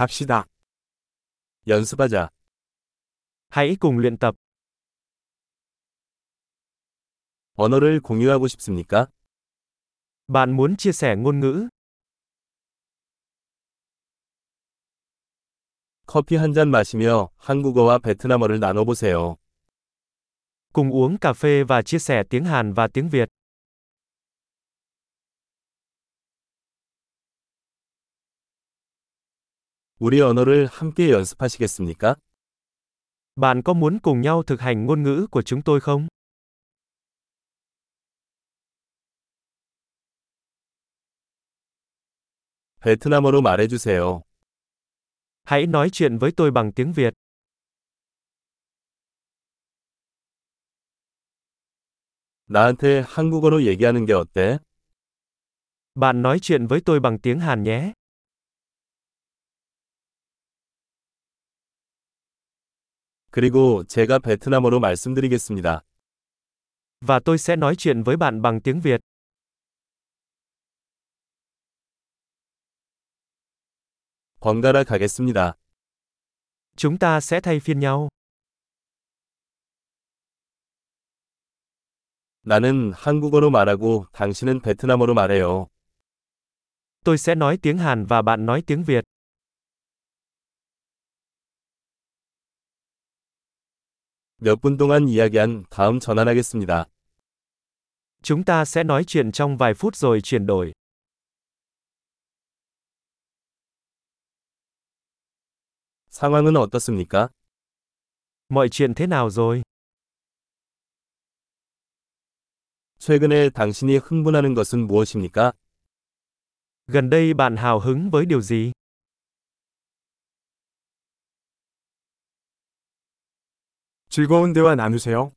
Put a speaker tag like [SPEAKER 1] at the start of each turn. [SPEAKER 1] 갑시다. 연습하자.
[SPEAKER 2] Hãy cùng luyện tập.
[SPEAKER 1] 언어를 공유하고 싶습니까?
[SPEAKER 2] Bạn muốn chia sẻ ngôn ngữ?
[SPEAKER 1] 커피 한 잔 마시며 한국어와 베트남어를 나눠보세요.
[SPEAKER 2] Cùng uống cà phê và chia sẻ tiếng Hàn và tiếng Việt.
[SPEAKER 1] 우리 언어를 함께 연습하시겠습니까?
[SPEAKER 2] Bạn có muốn cùng nhau thực hành ngôn ngữ của chúng tôi không?
[SPEAKER 1] 베트남어로 말해주세요.
[SPEAKER 2] Hãy nói chuyện với tôi bằng tiếng Việt.
[SPEAKER 1] 나한테 한국어로 얘기하는 게 어때?
[SPEAKER 2] Bạn nói chuyện với tôi bằng tiếng Hàn nhé.
[SPEAKER 1] 그리고 제가 베트남어로 말씀드리겠습니다.
[SPEAKER 2] Và tôi sẽ nói chuyện với bạn bằng tiếng Việt.
[SPEAKER 1] 번갈아 가겠습니다.
[SPEAKER 2] Chúng ta sẽ thay phiên nhau.
[SPEAKER 1] 나는 한국어로 말하고 당신은 베트남어로 말해요.
[SPEAKER 2] Tôi sẽ nói tiếng Hàn và bạn nói tiếng Việt.
[SPEAKER 1] 몇 분 동안 이야기한 다음 전환하겠습니다.
[SPEAKER 2] Chúng ta sẽ nói chuyện trong vài phút rồi chuyển đổi.
[SPEAKER 1] 상황은 어떻습니까?
[SPEAKER 2] Mọi chuyện thế nào rồi?
[SPEAKER 1] 최근에 당신이 흥분하는 것은 무엇입니까?
[SPEAKER 2] Gần đây bạn hào hứng với điều gì?
[SPEAKER 3] 즐거운 대화 나누세요.